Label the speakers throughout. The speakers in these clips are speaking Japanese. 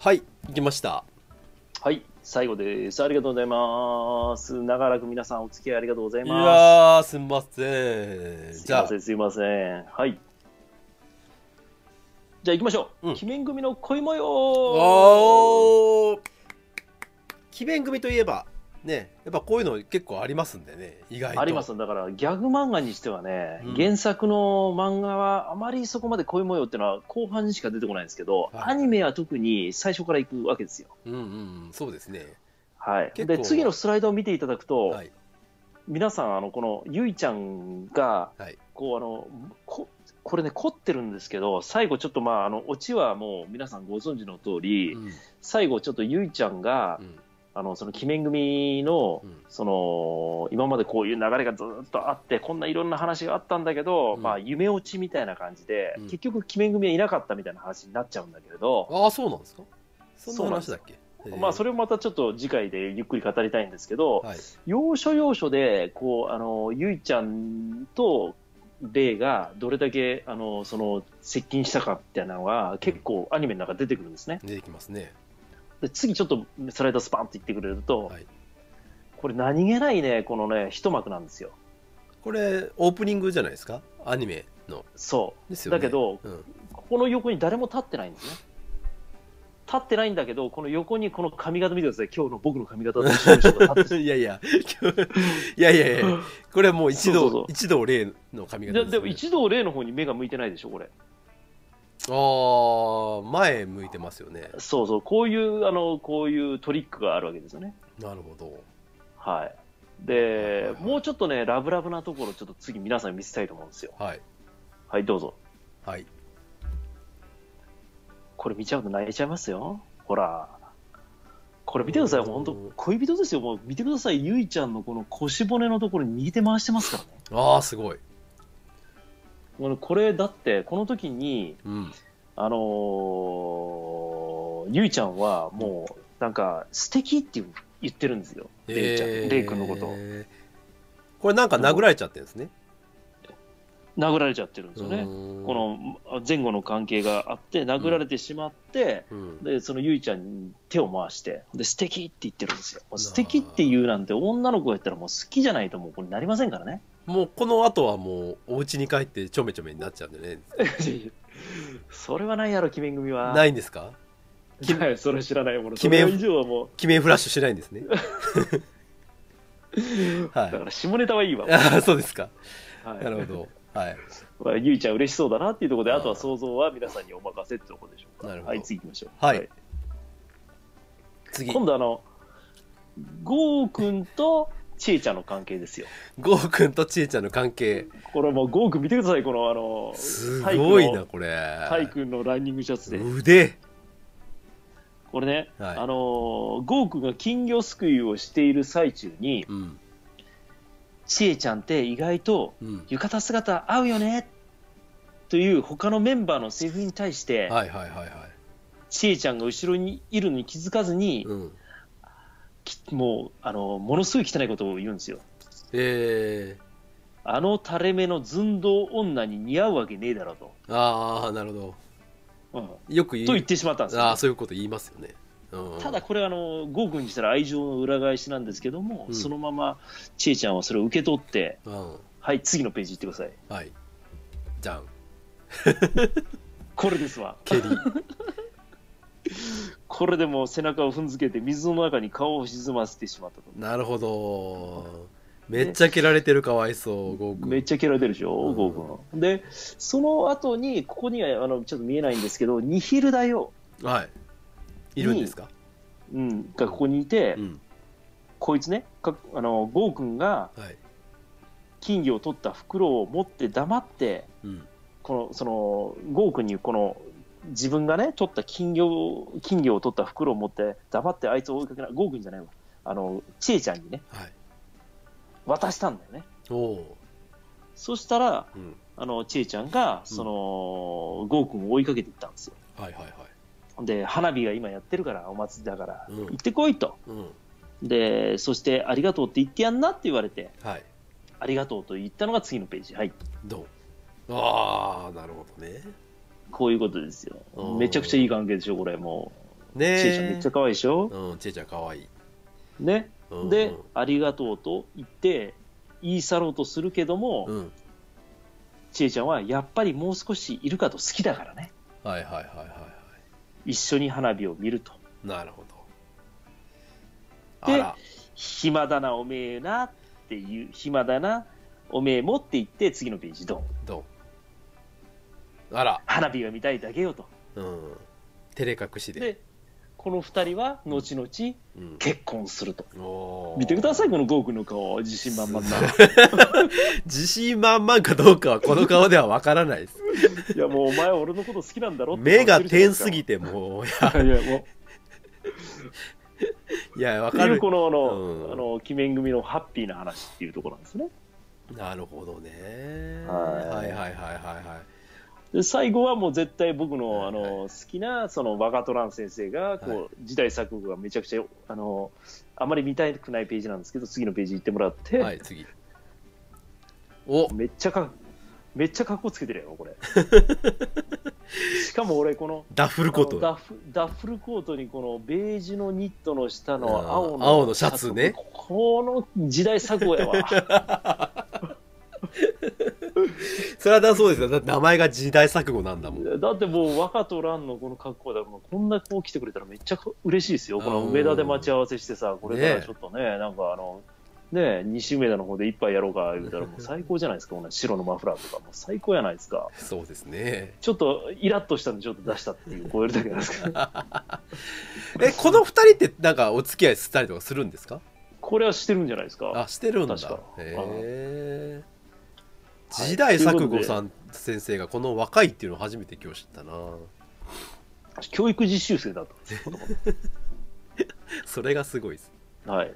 Speaker 1: はい、行きました。
Speaker 2: はい、最後です。ありがとうございます。長らく皆さんお付き合いありがとうござい
Speaker 1: い
Speaker 2: ま
Speaker 1: やー、すんません。
Speaker 2: す。
Speaker 1: じゃあ
Speaker 2: すいませ、ん、すいません。はい。じゃあ行きましょう。
Speaker 1: うん
Speaker 2: 鬼面組の恋模様。
Speaker 1: おー、奇弁組といえば、ね、やっぱこういうの結構ありますんでね、意外と。
Speaker 2: ありますだからギャグ漫画にしてはね、
Speaker 1: うん
Speaker 2: 原作の漫画はあまりそこまで恋模様っていうのは後半にしか出てこないんですけど、
Speaker 1: はい
Speaker 2: アニメは特に最初から行くわけですよ。
Speaker 1: うんうんうん、そうですね。
Speaker 2: はい、
Speaker 1: 結構
Speaker 2: で次のスライドを見ていただくと、
Speaker 1: はい。
Speaker 2: 皆さん、あのこのゆいちゃんが、
Speaker 1: はい
Speaker 2: こうあのここれね、凝ってるんですけど、最後、ちょっとまあ、あのオチはもう皆さんご存知の通り、
Speaker 1: うん
Speaker 2: 最後、ちょっとゆいちゃんが、
Speaker 1: うん
Speaker 2: あのその鬼面組の、
Speaker 1: うん
Speaker 2: その今までこういう流れがずっとあって、こんないろんな話があったんだけど、
Speaker 1: うん
Speaker 2: まあ、夢落ちみたいな感じで、
Speaker 1: うん
Speaker 2: 結局、鬼面組はいなかったみたいな話になっちゃうんだけれど、
Speaker 1: ああ、そうなんですかそんな話
Speaker 2: そう
Speaker 1: だ
Speaker 2: な
Speaker 1: っけえー
Speaker 2: まあ、それもまたちょっと次回でゆっくり語りたいんですけど、
Speaker 1: はい。
Speaker 2: 要所要所でこうあのゆいちゃんとレイがどれだけあのその接近したかみたいなのが結構アニメの中で出てくるんですね。
Speaker 1: 出てきますね。
Speaker 2: で次ちょっとスライドスパンって言ってくれると、
Speaker 1: はい
Speaker 2: これ何気ないねこのね一幕なんですよ。
Speaker 1: これ、オープニングじゃないですかアニメの。
Speaker 2: そ
Speaker 1: ですよね。
Speaker 2: だけど
Speaker 1: うん、
Speaker 2: うここの横に誰も立ってないんですね。立ってないんだけどこの横にこの髪型見てください今日の僕の髪型と一緒の人が立 ってる
Speaker 1: いやいや、いやいやいや、これはもう一
Speaker 2: そうそうそ
Speaker 1: 度
Speaker 2: う、
Speaker 1: 一度例の髪型
Speaker 2: で
Speaker 1: です、ね。
Speaker 2: でも一同レイの方に目が向いてないでしょこれ。
Speaker 1: ああ、前向いてますよね。
Speaker 2: そうそう、こういう、あの、こういうトリックがあるわけですよね。
Speaker 1: なるほど。
Speaker 2: はい。
Speaker 1: はいはい
Speaker 2: で
Speaker 1: は、い
Speaker 2: もうちょっとね、ラブラブなところ、ちょっと次皆さんに見せたいと思うんですよ。
Speaker 1: はい。
Speaker 2: はい、どうぞ。
Speaker 1: はい。
Speaker 2: これ見ちゃうと泣いちゃいますよ。ほら。これ見てください、
Speaker 1: おー
Speaker 2: 本当恋人ですよ。もう見てください、ゆいちゃんのこの腰骨のところに右手回してますからね。
Speaker 1: ああ、すごい。
Speaker 2: このこれ、だって、この時に、
Speaker 1: うん。
Speaker 2: あのーゆいちゃんはもう、なんか、素敵って言ってるんですよ。レイちゃん、
Speaker 1: えー
Speaker 2: レイ君のことを。
Speaker 1: これなんか殴られちゃってるんですね。
Speaker 2: 殴られちゃってるんですよね。こ
Speaker 1: こ
Speaker 2: の前後の関係があって殴られてしまって、
Speaker 1: の、うん、
Speaker 2: でそのゆいちゃんに手を回してで素敵って言ってるんですよもう素敵って言うなんて女の子が言ったらもう好きじゃないともうこれなりませんからね
Speaker 1: もうこの後はもうお家に帰ってちょめちょめになっちゃうんでね。
Speaker 2: それはないやろ鬼面組は
Speaker 1: ないんですか
Speaker 2: はいそれ知らないもの
Speaker 1: 鬼
Speaker 2: 鬼
Speaker 1: 面
Speaker 2: 面以上はも
Speaker 1: 記名フラッシュしないんです ね。
Speaker 2: うだ
Speaker 1: は
Speaker 2: から下ネタはいいわ、
Speaker 1: い。ああ、そうですか。
Speaker 2: はい
Speaker 1: なるほど。はい。
Speaker 2: まあ、ゆいちゃん嬉しそうだなっていうところで
Speaker 1: あー
Speaker 2: あとは想像は皆さんにお任せってところでしょうか
Speaker 1: なるほど
Speaker 2: はい次行きましょう
Speaker 1: はい次、
Speaker 2: 今度あのゴーくんとちえちゃんの関係ですよ
Speaker 1: ゴーくんとちえちゃんの関係。
Speaker 2: これもうゴーくん見てください、このあの、
Speaker 1: すごいな、
Speaker 2: タイ
Speaker 1: これ。
Speaker 2: タイ君のランニングシャツで。
Speaker 1: 腕。
Speaker 2: これね、
Speaker 1: はい
Speaker 2: あのー、ゴーくんが金魚すくいをしている最中に、
Speaker 1: うん。
Speaker 2: ちえちゃんって意外と
Speaker 1: うん。
Speaker 2: 浴衣姿合うよねという他のメンバーのセリフに対して、
Speaker 1: はいはいはいは
Speaker 2: ちえちゃんが後ろにいるのに気づかず
Speaker 1: い。
Speaker 2: に、
Speaker 1: うん。
Speaker 2: きもう、あのー、ものすごい汚いことを言うんですよ。
Speaker 1: え
Speaker 2: あの垂れ目の寸胴女に似合うわけねえだろうと。
Speaker 1: ー、ああ、なるほど。
Speaker 2: うん
Speaker 1: よく言
Speaker 2: と言
Speaker 1: う
Speaker 2: っ。てしまったんですよ
Speaker 1: ああ、そういうこと言いますよね。うん、
Speaker 2: ただ、これはあのゴー君にしたら愛情の裏返しなんですけども、
Speaker 1: うん
Speaker 2: そのままちえちゃんはそれを受け取って
Speaker 1: うん。
Speaker 2: はい次のページ行ってください
Speaker 1: はい。じゃん。
Speaker 2: これですわ
Speaker 1: 蹴り。
Speaker 2: これでもう背中を踏んづけて水の中に顔を沈ませてしまったと
Speaker 1: なるほど。めっちゃ蹴られてるかわいそう、ゴーくん。
Speaker 2: めっちゃ蹴られてるでしょ、
Speaker 1: うん
Speaker 2: ゴー君でその後にここにはあのちょっと見えないんですけどニヒルだよ、
Speaker 1: はい。いるんですか
Speaker 2: うん、がここにいて、
Speaker 1: うん。
Speaker 2: こいつねかあのゴー君が
Speaker 1: はい。
Speaker 2: 金魚を取った袋を持って黙って
Speaker 1: うん。
Speaker 2: このそのゴー君にこの自分がね取った金魚金魚を取った袋を持って黙ってあいつを追いかけないゴー君じゃないわあのちえちゃんにね
Speaker 1: はい。
Speaker 2: 渡したんだよね
Speaker 1: おお
Speaker 2: そしたら
Speaker 1: ー。うん。
Speaker 2: あのちえちゃんがその、ゴー君を追いかけていったんですよ
Speaker 1: はいはいはい。
Speaker 2: で花火が今やってるからお祭りだから、
Speaker 1: うん
Speaker 2: 行ってこいと
Speaker 1: うん。
Speaker 2: でそしてありがとうって言ってやんなって言われて
Speaker 1: はい。
Speaker 2: ありがとうと言ったのが次のページはい
Speaker 1: どうああ、なるほどね。
Speaker 2: こういうことですよ
Speaker 1: うん
Speaker 2: めちゃくちゃいい関係でしょこれもう
Speaker 1: ね
Speaker 2: ちえちゃんめっちゃ可愛いでしょ、
Speaker 1: うん、ちえちゃん可愛い。
Speaker 2: ね、
Speaker 1: うん、
Speaker 2: で、ありがとうと言って言い去ろうとするけども、
Speaker 1: うん、
Speaker 2: ちえちゃんはやっぱりもう少しいるかと好きだからね
Speaker 1: はいはいはいはいは
Speaker 2: 一緒に花火を見ると
Speaker 1: い。なるほど。あ
Speaker 2: で
Speaker 1: ら、
Speaker 2: 暇だなおめえなっていう暇だなおめえもって言って次のページドン
Speaker 1: どうあら、
Speaker 2: 花火が見たいだけよと
Speaker 1: うん。照れ隠しで。
Speaker 2: でこの2人は後々結
Speaker 1: うん、
Speaker 2: 婚すると
Speaker 1: おー
Speaker 2: 見てくださいこのゴーグの顔自信満々な
Speaker 1: 自信満々かどうかはこの顔ではわからないです。
Speaker 2: いやもうお前俺のこと好きなんだろって
Speaker 1: 目が点す
Speaker 2: す
Speaker 1: ぎてもう、い
Speaker 2: いやいやもう
Speaker 1: や、いやわ
Speaker 2: って
Speaker 1: か
Speaker 2: いう
Speaker 1: る。
Speaker 2: このあの、
Speaker 1: うん
Speaker 2: あの鬼面組のハッピーな話っていうところなんですね
Speaker 1: なるほどね。
Speaker 2: は
Speaker 1: はいはいは
Speaker 2: い
Speaker 1: いはいはい。
Speaker 2: で最後はもう絶対僕のあの、
Speaker 1: はい
Speaker 2: 好きなその若トラン先生がこう、
Speaker 1: は
Speaker 2: 時代錯誤がめちゃくちゃあのあまり見たくないページなんですけど次のページ行ってもらって、
Speaker 1: はい、次。お
Speaker 2: めっちゃかめっちゃ格好つけてるやろこ れしかも俺この
Speaker 1: ダッフルコー
Speaker 2: あのダ
Speaker 1: ト。
Speaker 2: フダッフルコートにこのベージュのニットの下の
Speaker 1: うん
Speaker 2: 青の
Speaker 1: 青のシャツね
Speaker 2: この時代錯誤やわ
Speaker 1: それはだそうですよ。だって名前が時代錯誤なんだもん。
Speaker 2: だってもう若と蘭のこの格好だからこんなこう来てくれたらめっちゃ嬉しいですよこの
Speaker 1: うん
Speaker 2: 梅田で待ち合わせしてさこれか
Speaker 1: ね
Speaker 2: ら
Speaker 1: え
Speaker 2: ちょっとねなんかあのねえ西梅田の方で一杯やろうか言うたらもう最高じゃないですかこんな白のマフラーとかもう最高やないですか
Speaker 1: そうですね。
Speaker 2: ちょっとイラッとしたんでちょっと出したっていうこういうだけなんですけど
Speaker 1: え、この二人ってなんかお付き合いしたりとかするんですか
Speaker 2: これはしてるんじゃないですか
Speaker 1: あ、してるんだ。
Speaker 2: 確か
Speaker 1: へえ。
Speaker 2: はい
Speaker 1: 時代錯誤さん先生がこの若いっていうのを初めて今日知ったな。
Speaker 2: 教育実習生だったんですこの子
Speaker 1: それがすごいです。
Speaker 2: はい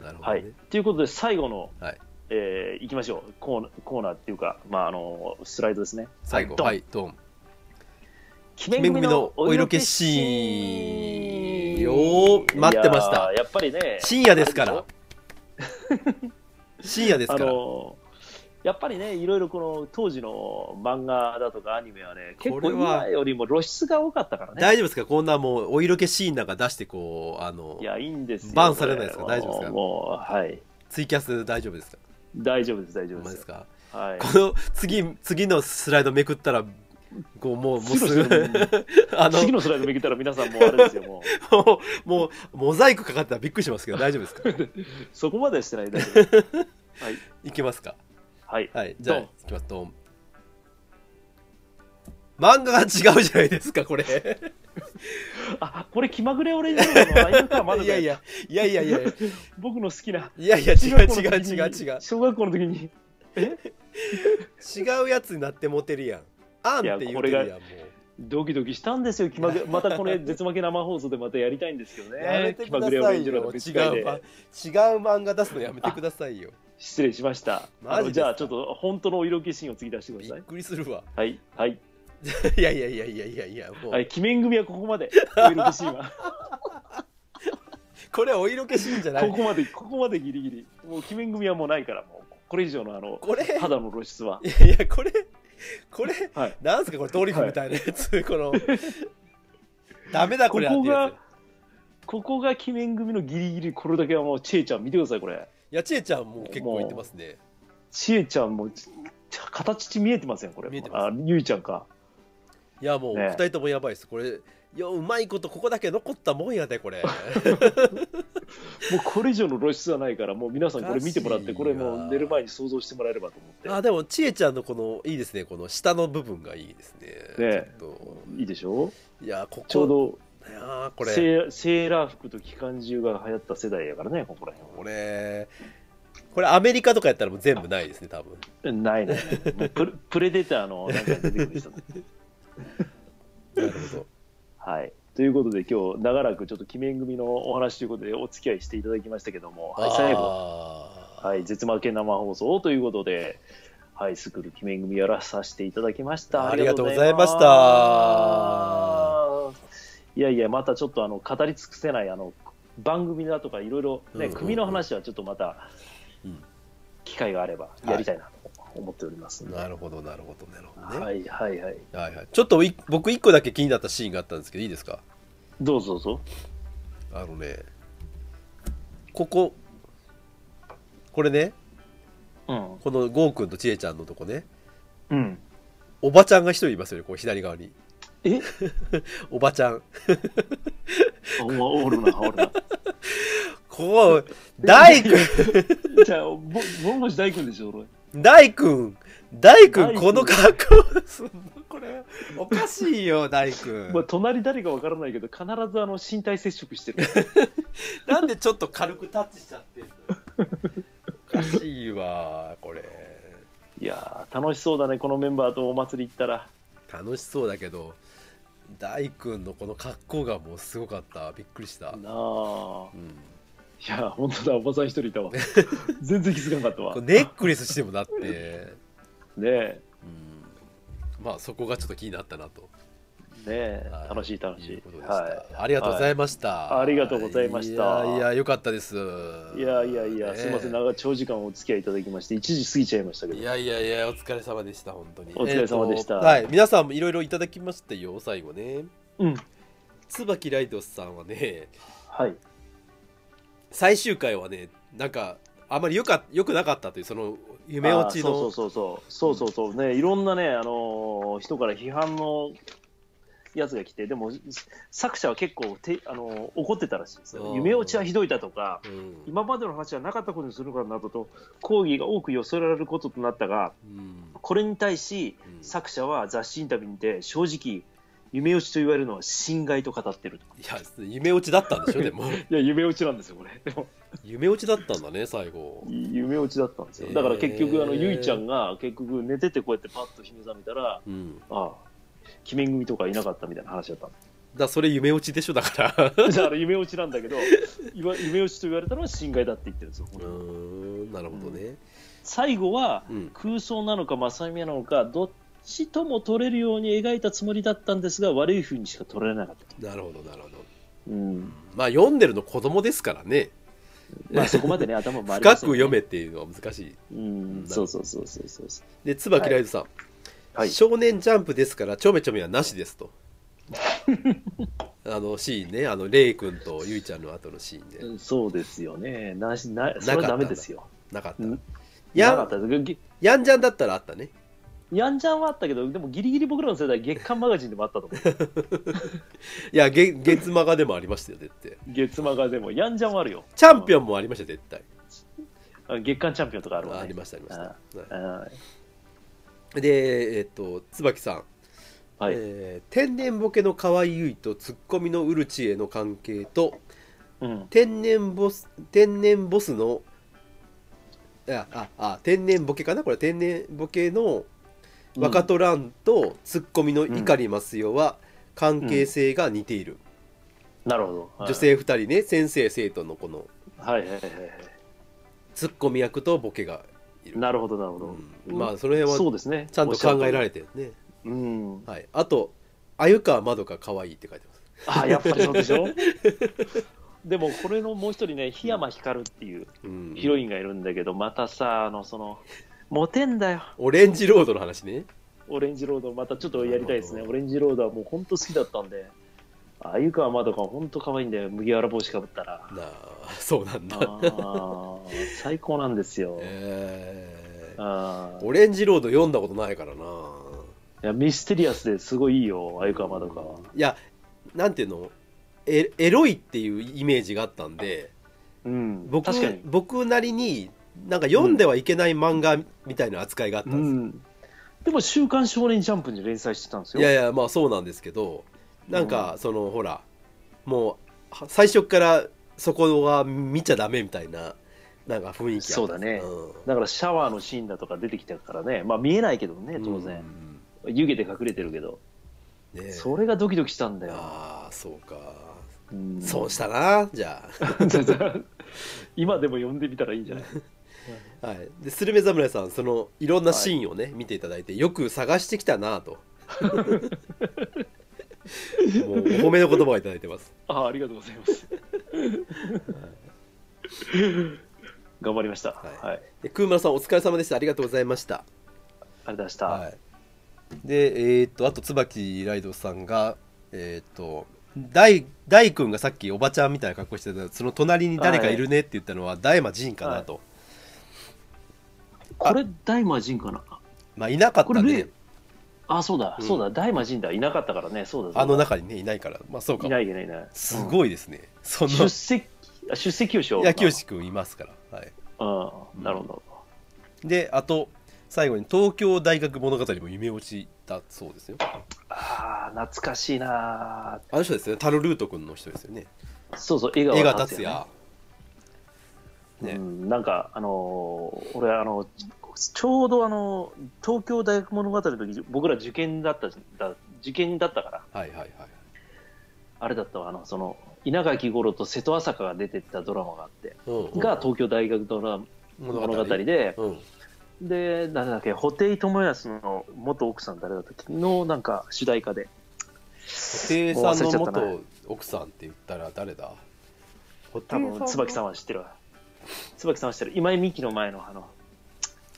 Speaker 1: なるほど
Speaker 2: は
Speaker 1: ね。
Speaker 2: い、ということで最後の、
Speaker 1: はい
Speaker 2: えーいきましょうコーナーコーナーっていうか、まあ、あのスライドですね
Speaker 1: 最後、
Speaker 2: ドン
Speaker 1: はい、ドン。
Speaker 2: 記
Speaker 1: 面組のお色気シーンよー待ってました
Speaker 2: いやーやっぱりね
Speaker 1: 深夜ですから
Speaker 2: あれ。
Speaker 1: 深夜で
Speaker 2: ですしょあ
Speaker 1: から。
Speaker 2: のやっぱりねいろいろこの当時の漫画だとかアニメはね結
Speaker 1: こ
Speaker 2: 構
Speaker 1: れは
Speaker 2: 今よりも露出が多かったからね
Speaker 1: 大丈夫ですかこんなもうお色気シーンなんか出してこう、あの
Speaker 2: い、やいいんですよ
Speaker 1: バンされないですか
Speaker 2: これ
Speaker 1: 大丈夫ですか
Speaker 2: もうもうはい
Speaker 1: ツイキャス大丈夫ですか
Speaker 2: 大丈夫です大丈
Speaker 1: ほん
Speaker 2: 夫で
Speaker 1: ますですか
Speaker 2: はい
Speaker 1: この次、次のスライドめくったら、こう、もう、もうす
Speaker 2: 次のスライド
Speaker 1: ぐ、 あの、
Speaker 2: 次のスライドめくったら皆さんもうあれですよもう
Speaker 1: もう、もうモザイクかかってたらびっくりしますけど、大丈夫です か
Speaker 2: そこまではしてない大丈夫です はい
Speaker 1: いきますか
Speaker 2: はい
Speaker 1: はい、じゃあ、
Speaker 2: ドン
Speaker 1: いきます、ドン。漫画が違うじゃないですか、これ。
Speaker 2: あこれ気まぐれオレンジロードのライブかまだだよ
Speaker 1: いやいや、いやい やいや、
Speaker 2: 僕の好きない
Speaker 1: やいや、違う違う違う違う。
Speaker 2: 小学校の時に
Speaker 1: 違うやつになってモテるやん。あんって言うてるやん、もう。
Speaker 2: ドキドキしたんですよ気 まぐれまたこれ絶負け生放送でまたやりたいんですけどね
Speaker 1: やめて
Speaker 2: 気
Speaker 1: く
Speaker 2: ま
Speaker 1: だ
Speaker 2: ぐれオ
Speaker 1: さ
Speaker 2: レン
Speaker 1: い
Speaker 2: ジ
Speaker 1: よ。違
Speaker 2: ロー
Speaker 1: う
Speaker 2: ド別会
Speaker 1: 漫
Speaker 2: で
Speaker 1: 違う漫画出すのやめてくださいよ。
Speaker 2: 失礼しました
Speaker 1: マジ
Speaker 2: あの
Speaker 1: ですか
Speaker 2: じゃあちょっと本当のお色気シーンを次出してく
Speaker 1: び
Speaker 2: だ
Speaker 1: っ
Speaker 2: さい
Speaker 1: くりするわ。
Speaker 2: はいはい
Speaker 1: いやいやいやいやいやいや、もう、
Speaker 2: はい鬼面組はこ こまでお色気シーンは
Speaker 1: これお色気シーンじ ゃな
Speaker 2: こ
Speaker 1: い。
Speaker 2: こまでここまでギリギリもう鬼面組はもうないからもうこれ以上のあの
Speaker 1: これ、
Speaker 2: 肌の露出はい
Speaker 1: やいや、これ、これ、
Speaker 2: はい
Speaker 1: なんすか、これドリフみたいなやつ、この、ダメだ、これ
Speaker 2: ここが
Speaker 1: なんてや
Speaker 2: ここが鬼面組のギリギリこれだけはもうチエちゃん見てくださいこれ
Speaker 1: つ。いや、ちえちゃんも結構言ってますね。
Speaker 2: ちえちゃんもち形見えてませんこれ
Speaker 1: 見えてます
Speaker 2: あゆいちゃんか
Speaker 1: いや、もう、
Speaker 2: ね
Speaker 1: 二人ともやばいです。これ、よ、うまいこと、ここだけ残ったもんやで、こ れ。
Speaker 2: もうこれ以上の露出はないからもう皆さんこれ見てもらって
Speaker 1: おか
Speaker 2: こ
Speaker 1: しい
Speaker 2: れ
Speaker 1: な
Speaker 2: もう寝る前に想像してもらえればと思っ
Speaker 1: あでもちえちゃんのこのいいですねこの下の部分がいいですね
Speaker 2: ね
Speaker 1: ちょって
Speaker 2: いいでしょ
Speaker 1: といやここ
Speaker 2: ちょうど
Speaker 1: いやーこれ
Speaker 2: セーセーラー服と機関銃が流行った世代やからねここら辺は
Speaker 1: これこれアメリカとかやったらもう全部ないですね 多分
Speaker 2: ないね もうプレプレデターのなんか出てくる人
Speaker 1: なるほど
Speaker 2: はいということで今日長らくちょっと鬼面組のお話ということでお付き合いしていただきましたけども、はい、最後
Speaker 1: 後
Speaker 2: はい、絶負け生放送ということで、はい、スクール記念組やらさせていただきました。
Speaker 1: ありがとうございました
Speaker 2: いやいや、またちょっとあの語り尽くせないあの番組だとかいろいろ
Speaker 1: うんうん
Speaker 2: ね、
Speaker 1: うん
Speaker 2: 組の話はちょっとまた
Speaker 1: うん
Speaker 2: 機会があればやりたいなと思っておりますんで。
Speaker 1: なるほどなるほどなるほどね、
Speaker 2: はいはいはい。
Speaker 1: はいはい、ちょっとい僕一個だけ気になったシーンがあったんですけどいいですか
Speaker 2: どうぞどうぞ。
Speaker 1: あのねこここれね
Speaker 2: うん。
Speaker 1: このゴーくんとちえちゃんのとこね
Speaker 2: うん。
Speaker 1: おばちゃんが一人いますよねこう左側に
Speaker 2: え
Speaker 1: おばちゃん
Speaker 2: おおおるな、おるな。
Speaker 1: こう大君
Speaker 2: じゃあ、ぼ、ぼんぼし大君でしょ、俺。
Speaker 1: 大君大君
Speaker 2: 大君
Speaker 1: この格好すんのこれおかしいよ大君、
Speaker 2: まあ、隣誰かわからないけど、必ずあの身体接触してる。
Speaker 1: なんでちょっと軽くタッチしちゃってんのおかしいわこれ
Speaker 2: いやー、楽しそうだね、このメンバーとお祭り行ったら。
Speaker 1: 楽しそうだけど大君のこの格好がもうすごかったびっくりした、
Speaker 2: なあ。
Speaker 1: うん
Speaker 2: いやー、本当だ、おばさん一人いたわ。全然気づかなかったわ
Speaker 1: こ。れネックレスしてもだって、
Speaker 2: ねえ、
Speaker 1: うん、まあそこがちょっと気になったなと
Speaker 2: ねえ、
Speaker 1: はい
Speaker 2: 楽しい楽し
Speaker 1: いう
Speaker 2: い
Speaker 1: こと。でした、
Speaker 2: は
Speaker 1: ありがとうございました、
Speaker 2: はいありがとうございました
Speaker 1: いやいやよかったです
Speaker 2: い。いやいやいや、
Speaker 1: ね
Speaker 2: すみません、長長時間お付き合いいただきまして、1時過ぎちゃいましたけ
Speaker 1: い
Speaker 2: ど。
Speaker 1: やいやいやお疲れ様でした本当に
Speaker 2: お疲れ様でした
Speaker 1: えーとはい皆さんもいろいろいただきましたよ最後ね
Speaker 2: うん、
Speaker 1: 椿ライドさんはね
Speaker 2: はい。
Speaker 1: 最終回はねなんかあまりよかよくなかったというその夢落ち
Speaker 2: あーそう
Speaker 1: の
Speaker 2: そうそうそう、そうそうそう、ね、いろんなね、あのー人から批判のやつが来て、でも、作者は結構て、あのー怒ってたらしいです
Speaker 1: う
Speaker 2: よ。
Speaker 1: ん
Speaker 2: 夢落ちはひどいだとか、
Speaker 1: うん
Speaker 2: 今までの話はなかったことにするからなどと、抗議が多く寄せられることとなったが、
Speaker 1: うん
Speaker 2: これに対し、
Speaker 1: うん
Speaker 2: 作者は雑誌インタビューにて、正直、夢落ちと言われるのは侵害と語ってると。
Speaker 1: いや夢落ちだったんでしょでも
Speaker 2: いや、夢落ちなんですよ、これ。でも
Speaker 1: 夢落ちだったんだね最後
Speaker 2: 夢落ちだったんですよ。だから結
Speaker 1: へー
Speaker 2: 局、あの、ゆいちゃんが、結局、寝ててこうやってパッと目覚めたら、
Speaker 1: うんだか
Speaker 2: ああ、鬼面組とかいなかったみたいな話だったんです。
Speaker 1: らそれ夢落ちでしょだから う
Speaker 2: だから夢落ちなんだけど、 いわ夢落ちと言われたのは侵害だって言ってるんですよ。
Speaker 1: ーんなるほどね
Speaker 2: 最後は
Speaker 1: うん
Speaker 2: 空想なのか正夢なのか、どっちとも取れるように描いたつもりだったんですが、悪い風にしか取れなかった。
Speaker 1: なるほどなるほど
Speaker 2: うん。
Speaker 1: まあ読んでるの子供ですからね
Speaker 2: まあそこまでね、頭もあり
Speaker 1: 深
Speaker 2: ま
Speaker 1: く
Speaker 2: せんね
Speaker 1: 読めっていうのは難しい
Speaker 2: うん、そうそうそうそうそうそう。
Speaker 1: で椿ライドさん、
Speaker 2: はい。
Speaker 1: 少年ジャンプですからちょめちょめはなしですとあのシーンねあのレイ君とゆいちゃんの後のシーンで
Speaker 2: そうですよね。なし、な、それはダメですよ。
Speaker 1: なかった
Speaker 2: うんなか
Speaker 1: や
Speaker 2: ったですぎ
Speaker 1: やんじゃんだったらあったね
Speaker 2: やんちゃんはあったけど、でもギリギリ僕らの世代、月刊マガジンでもあったと思 う。
Speaker 1: いやげ月マガでもありましたよ絶対
Speaker 2: 月マガでも、やんちゃんはあるよ。
Speaker 1: チャンピオンもありましたよ絶対
Speaker 2: あ月間チャンピオンとかあるわ、
Speaker 1: あ
Speaker 2: ね。
Speaker 1: りましたありました
Speaker 2: あ
Speaker 1: は
Speaker 2: はい
Speaker 1: でえっと椿さん、
Speaker 2: い。はい
Speaker 1: えー天然ボケの河合ゆいとツッコミのウルチへの関係と
Speaker 2: うん。
Speaker 1: 天然ボス天然ボスのあああ天然ボケかなこれ天然ボケの若トランとツッコミの碇ますよは関係性が似ている、
Speaker 2: なるほど。はい
Speaker 1: 女。性2人ね先生生徒のこの
Speaker 2: はいはいはいは
Speaker 1: ツッコミ役とボケがい
Speaker 2: い。
Speaker 1: る、
Speaker 2: なるほど、なるほど。
Speaker 1: うんまあその辺
Speaker 2: そ
Speaker 1: は
Speaker 2: うですね。
Speaker 1: ちゃんと考えら
Speaker 2: れ
Speaker 1: れてるね、
Speaker 2: うん。
Speaker 1: はい、あと「鮎川まどかかわいい」って書いてます
Speaker 2: あ、やっぱりそうでしょ でも、これのもう一人ね、檜山光っていう
Speaker 1: うん
Speaker 2: ヒロインがいるんだけど、またさ、あの、その、モテんだよ。
Speaker 1: オレンジロードの話ね
Speaker 2: オレンジロード、またちょっとやりたいです
Speaker 1: な
Speaker 2: ね。
Speaker 1: るほ
Speaker 2: オレンジロードはもう本当好きだったんで、あゆかまどか本当可愛いんだよ。麦わら帽子かぶったら。
Speaker 1: なあそうなんだ
Speaker 2: あー最高なんです よ。
Speaker 1: えー
Speaker 2: あー
Speaker 1: オレンジロード読んだことないからない
Speaker 2: やミステリアスですごいいいよ、鮎川まどかは。
Speaker 1: いやなんていうのエエロいっていうイメージがあったんで
Speaker 2: うん、
Speaker 1: 僕
Speaker 2: 確かに。
Speaker 1: 僕なりになんか読んではいけない漫画みたいな扱いがあった
Speaker 2: うん
Speaker 1: で
Speaker 2: ん、でも、週刊少年ジャンプに連載してたんです
Speaker 1: す、
Speaker 2: よ。
Speaker 1: いやいやまあそうなんですけどなんかその、ほらもうは最初からそこは見ちゃダメみたいななんか雰囲気あ
Speaker 2: そ
Speaker 1: っ
Speaker 2: う
Speaker 1: た
Speaker 2: だ
Speaker 1: ん
Speaker 2: ね
Speaker 1: です
Speaker 2: だからシャワーのシーンだとか出てきたからね、まあ見えないけどね
Speaker 1: う、ん
Speaker 2: 当然、湯気で隠れてるけど、
Speaker 1: うんねえ
Speaker 2: それがドキドキしたんだよ、
Speaker 1: ああそうか
Speaker 2: うん
Speaker 1: そうしたなじゃ
Speaker 2: 今でも呼んでみたらいいんじゃない
Speaker 1: あ、 はい、でスルメ侍さんそのいろんなシーンをね、見ていただいてよく探してきたなと もうお褒めの言葉をいただいてます
Speaker 2: あありがとうございます。頑張りました。はいい、ありがとう
Speaker 1: で空村さんお疲れ様でしたありがとうございました、
Speaker 2: ございました。
Speaker 1: はい、でえーっとあと椿ライドさんがえーっと大大君がさっきおばちゃんみたいな格好してたその隣に誰かいるねって言ったのは大魔神かなと、
Speaker 2: これ大魔神かな
Speaker 1: まあいなかった
Speaker 2: これ
Speaker 1: ね
Speaker 2: ねあそうだ、
Speaker 1: うん
Speaker 2: そうだ大魔神だいなかったからねそうだそうだ
Speaker 1: あの中にねいないからまあそうか
Speaker 2: いないいないいない
Speaker 1: す
Speaker 2: い、
Speaker 1: ごいですね、そ
Speaker 2: うん出
Speaker 1: の
Speaker 2: 席あ出席をしよう
Speaker 1: 野球師君いますから、はい、
Speaker 2: うんなるほど
Speaker 1: であと最後に東京大学物語も夢落ちだそうですよ
Speaker 2: ああ懐かしいな
Speaker 1: あの人ですねタルルート君の人ですよね
Speaker 2: そうそう江
Speaker 1: 江
Speaker 2: 川
Speaker 1: 川
Speaker 2: 達
Speaker 1: 達
Speaker 2: 也
Speaker 1: 也ね
Speaker 2: うん、なんか、あのー俺、あのちょうど、あの東京大学物語の時僕ら受験だったじだ受験だったから、
Speaker 1: はいはいはい
Speaker 2: あれだったわ、あのその稲垣吾郎と瀬戸朝香が出てたドラマがあって、
Speaker 1: うんうん
Speaker 2: が東京大学ドラ物語で、
Speaker 1: うん
Speaker 2: で、誰だっけ、布袋寅泰の元奥さん、誰だったっけ、のなんか主題歌で、
Speaker 1: 布袋さんの
Speaker 2: もう忘れちゃったな
Speaker 1: 元奥さんって言ったら誰だ
Speaker 2: 多分椿さんは知ってるわ。椿さんは知ってる、今井美樹の前の、あの、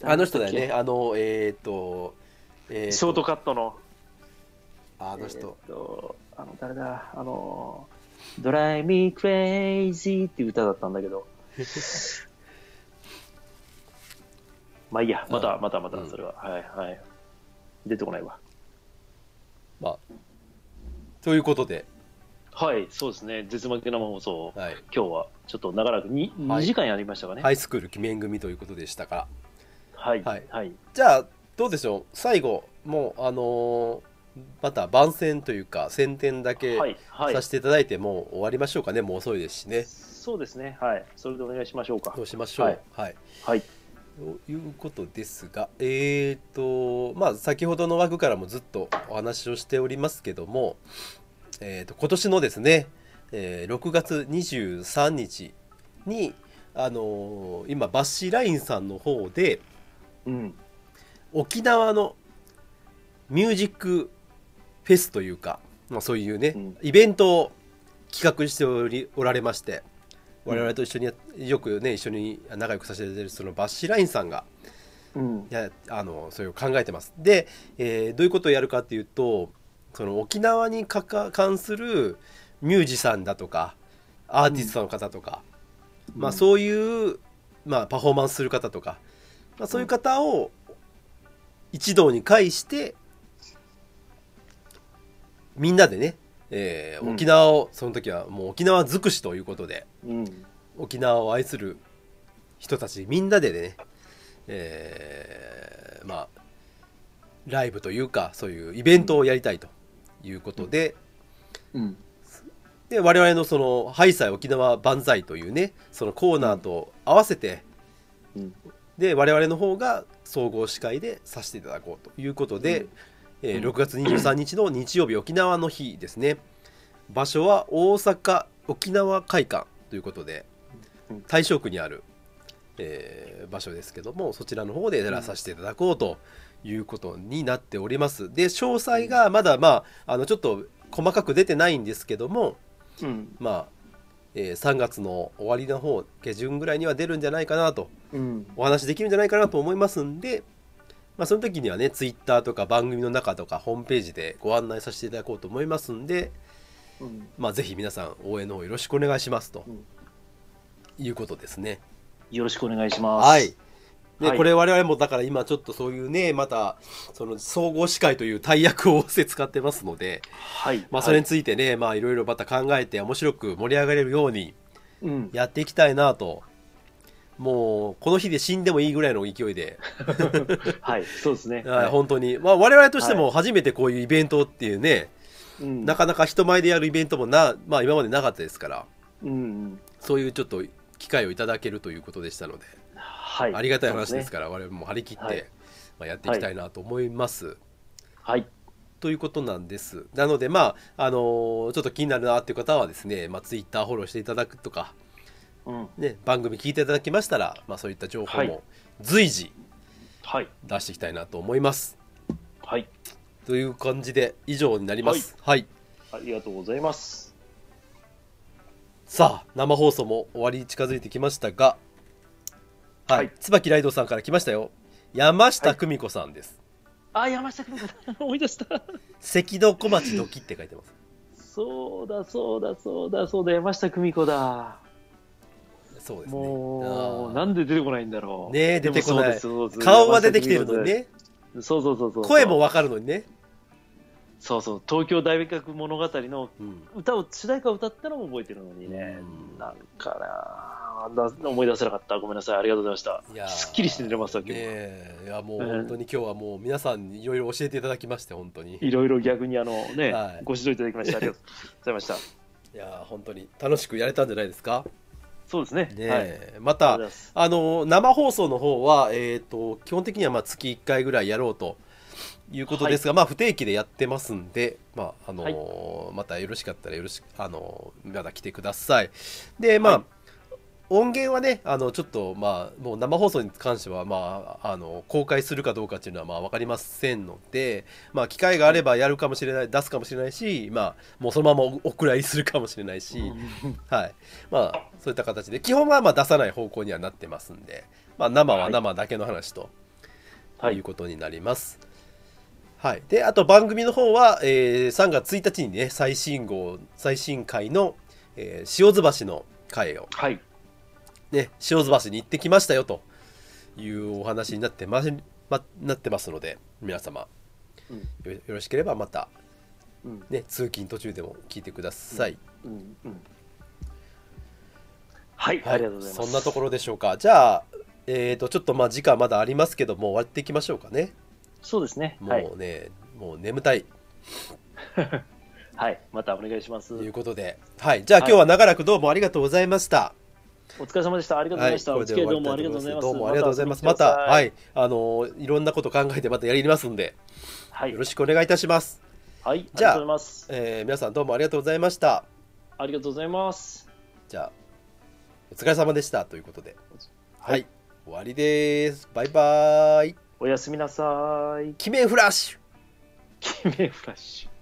Speaker 1: あの人だよ
Speaker 2: 誰
Speaker 1: ね
Speaker 2: っ
Speaker 1: あのえっ、と,、え
Speaker 2: け、
Speaker 1: ーと
Speaker 2: ショートカットの。
Speaker 1: あの人、
Speaker 2: えーっとあの誰だあの「ドライミークレイジー」っていう歌だったんだけど まあいいやまた
Speaker 1: うん
Speaker 2: またま
Speaker 1: う
Speaker 2: た
Speaker 1: ん
Speaker 2: それは、はいはい出てこないわ
Speaker 1: まあということで、
Speaker 2: はいそうですね絶負け生放送
Speaker 1: はい、
Speaker 2: 今日はちょっと長らく 2,、
Speaker 1: はい
Speaker 2: 2時間やりましたかね
Speaker 1: ハ
Speaker 2: はい
Speaker 1: イスクール記念組ということでしたから
Speaker 2: はい、
Speaker 1: はいじゃあどうでしょう最後もうあのーまた番宣というか宣伝だけ
Speaker 2: はいはい
Speaker 1: させていただいてもう終わりましょうかねもう遅いですしね
Speaker 2: そうですねはいそれでお願いしましょうか
Speaker 1: そうしましょう
Speaker 2: はい
Speaker 1: はい
Speaker 2: はい
Speaker 1: ということですが、えーとまあ、先ほどの枠からもずっとお話をしておりますけども、えー、と今年のですね、えー6月23日に、あのー今バッシーラインさんの方で
Speaker 2: うん
Speaker 1: 沖縄のミュージックフェスというか、まあ、そういうね、
Speaker 2: うん
Speaker 1: イベントを企画しておりおられまして我々と一緒にやよくね一緒に仲良くさせていただいてるそのバッシーラインさんが
Speaker 2: うん
Speaker 1: いやあのそれを考えてます。で、えーどういうことをやるかっていうとその沖縄にかか関するミュージシャンだとかアーティストの方とか、まあ、
Speaker 2: う
Speaker 1: そういう、まあ、パフォーマンスする方とか、まあ、そういう方を一堂に会してみんなでね、えー
Speaker 2: うん
Speaker 1: 沖縄をその時はもう沖縄尽くしということで
Speaker 2: ん
Speaker 1: 沖縄を愛する人たちみんなでね、えーまあライブというかそういうイベントをやりたいということで,、
Speaker 2: うん
Speaker 1: で我々のその「ハイサイ沖縄万歳」というねそのコーナーと合わせて、
Speaker 2: うん
Speaker 1: で我々の方が総合司会でさせていただこうということで、
Speaker 2: うん
Speaker 1: えー
Speaker 2: うん
Speaker 1: 6月23日の日曜日沖縄の日ですね場所は大阪沖縄会館ということで
Speaker 2: うん
Speaker 1: 大正区にある、えー場所ですけどもそちらの方でやらさせていただこうということになっておりますで詳細がまだまああのちょっと細かく出てないんですけども
Speaker 2: うん
Speaker 1: まあ、えー3月の終わりの方下旬ぐらいには出るんじゃないかなと
Speaker 2: うん
Speaker 1: お話できるんじゃないかなと思いますんで、まあ、その時にはねツイッターとか番組の中とかホームページでご案内させていただこうと思いますんで、
Speaker 2: うん
Speaker 1: まあ、ぜひ皆さん応援の方よろしくお願いしますと
Speaker 2: うん
Speaker 1: いうことですね。
Speaker 2: よろしくお願いします
Speaker 1: はいで
Speaker 2: はい
Speaker 1: これ我々もだから今ちょっとそういうねまたその総合司会という大役を仰せ使ってますので、
Speaker 2: はい
Speaker 1: まあ、それについてね、い、まあいろいろまた考えて面白く盛り上がれるように
Speaker 2: うん、
Speaker 1: やっていきたいなともうこの日で死んでもいいぐらいの勢いで
Speaker 2: はい、そうですね。
Speaker 1: はい、
Speaker 2: い
Speaker 1: 本当に、まあ、我々としても初めてこういうイベントっていうね、
Speaker 2: うん
Speaker 1: なかなか人前でやるイベントもな、まあ、今までなかったですから
Speaker 2: うん、
Speaker 1: そういうちょっと機会をいただけるということでしたので、
Speaker 2: はい、
Speaker 1: ありがたい話です
Speaker 2: か。
Speaker 1: から我々も張り切って、
Speaker 2: はい
Speaker 1: まあ、やっていきたいなと思います。
Speaker 2: はい、
Speaker 1: ということなんですなのでまああのーちょっと気になるなっていう方はですね、まあ、ツイッターフォローしていただくとか、
Speaker 2: うん、
Speaker 1: ね、番組聞いていただきましたら、まあ、そういった情報
Speaker 2: はい
Speaker 1: も随時
Speaker 2: はい、
Speaker 1: 出していきたいなと思います。
Speaker 2: はい、
Speaker 1: という感じで以上になります。はい
Speaker 2: ありがとうございます。
Speaker 1: さあ生放送も終わりに近づいてきましたがはい、
Speaker 2: はい
Speaker 1: 椿ライドさんから来ましたよ山下久美子さんです、
Speaker 2: あ、山下君だ、思い出した。
Speaker 1: 赤道小町ドキって書いてます
Speaker 2: そうだそうだそうだそうだ山下久美子だ
Speaker 1: そうですね
Speaker 2: も
Speaker 1: あー
Speaker 2: うなんで出てこないんだろう
Speaker 1: ねえ
Speaker 2: でも
Speaker 1: 出てこない
Speaker 2: そうですそうです
Speaker 1: 顔は出てきてるのにね
Speaker 2: そうそうそうそう
Speaker 1: 声もわかるのにね、
Speaker 2: そうそう東京大学物語の
Speaker 1: うん
Speaker 2: 歌を主題歌を歌ったのも覚えてるのにね、
Speaker 1: うん
Speaker 2: なんかなぁな思い出せなかったごめんなさいありがとうございました
Speaker 1: いやー
Speaker 2: すっきりして寝れますわ
Speaker 1: ね
Speaker 2: 今日は
Speaker 1: えいやもう
Speaker 2: うん
Speaker 1: 本当に今日はもう皆さんにいろいろ教えていただきまして本当に
Speaker 2: いろいろ逆にあのね、
Speaker 1: はい
Speaker 2: ご指導いただきましてありがとうございました
Speaker 1: いやー本当に楽しくやれたんじゃないですか
Speaker 2: そうですね
Speaker 1: ね
Speaker 2: はいありがとう
Speaker 1: えま
Speaker 2: ござ
Speaker 1: た
Speaker 2: います
Speaker 1: あの生放送の方は、えー、と基本的にはまあ月1回ぐらいやろうということですが、まあ、不定期でやってますんで、まああのまたよろしかったらよろしく、あのまた来てください。で、まあ
Speaker 2: はい
Speaker 1: 音源はね、あのちょっと、まあ、もう生放送に関しては、まあ、あの公開するかどうかっていうのはまあ分かりませんので、まあ、機会があればやるかもしれない、出すかもしれないし、まあ、もうそのままお蔵入りするかもしれないし。はいまあ、そういった形で基本はまあ出さない方向にはなってますんで、まあ、生は生だけの話と
Speaker 2: はいいう
Speaker 1: ことになります。はい、であと番組の方は、えー3月1日にね最新号最新回の、えー塩津橋の回を、
Speaker 2: はい
Speaker 1: ね、塩津橋に行ってきましたよというお話になってままなってますので皆様よよろしければまた、
Speaker 2: うん
Speaker 1: ね、通勤途中でも聞いてください。
Speaker 2: うんうんはい、
Speaker 1: はい
Speaker 2: ありがとうございま
Speaker 1: そ
Speaker 2: す
Speaker 1: んなところでしょうかじゃあえー、とちょっとまあ時間まだありますけどもう終わっていきましょうかね
Speaker 2: そうですねはい
Speaker 1: も、うね、もう眠たい
Speaker 2: はい、またお願いします
Speaker 1: ということではいじゃあ今日は長らくどうもありがとうございました、
Speaker 2: お疲れ様でしたありがとうございました、
Speaker 1: こ
Speaker 2: お
Speaker 1: れで
Speaker 2: 付き合
Speaker 1: 終
Speaker 2: い
Speaker 1: わ
Speaker 2: どう
Speaker 1: り
Speaker 2: も
Speaker 1: た
Speaker 2: あ
Speaker 1: い
Speaker 2: り
Speaker 1: と
Speaker 2: がとう
Speaker 1: 思
Speaker 2: ご
Speaker 1: いますすどうもあ
Speaker 2: ざいま
Speaker 1: りがとうございますま
Speaker 2: 遊
Speaker 1: た
Speaker 2: びに来てくださ
Speaker 1: はいあのーいろんなこと考えてまたやりますんで
Speaker 2: はい
Speaker 1: よろしくお願いいたします、
Speaker 2: はい、
Speaker 1: じゃあ
Speaker 2: ありがとうございます。
Speaker 1: えー皆さんどうもありがとうございました
Speaker 2: ありがとうございます。
Speaker 1: じゃあお疲れ様でしたということではい、
Speaker 2: はい
Speaker 1: 終わりですバイバーイ
Speaker 2: おやすみなさい。
Speaker 1: 鬼面フラッシュ
Speaker 2: キメフラッシュ。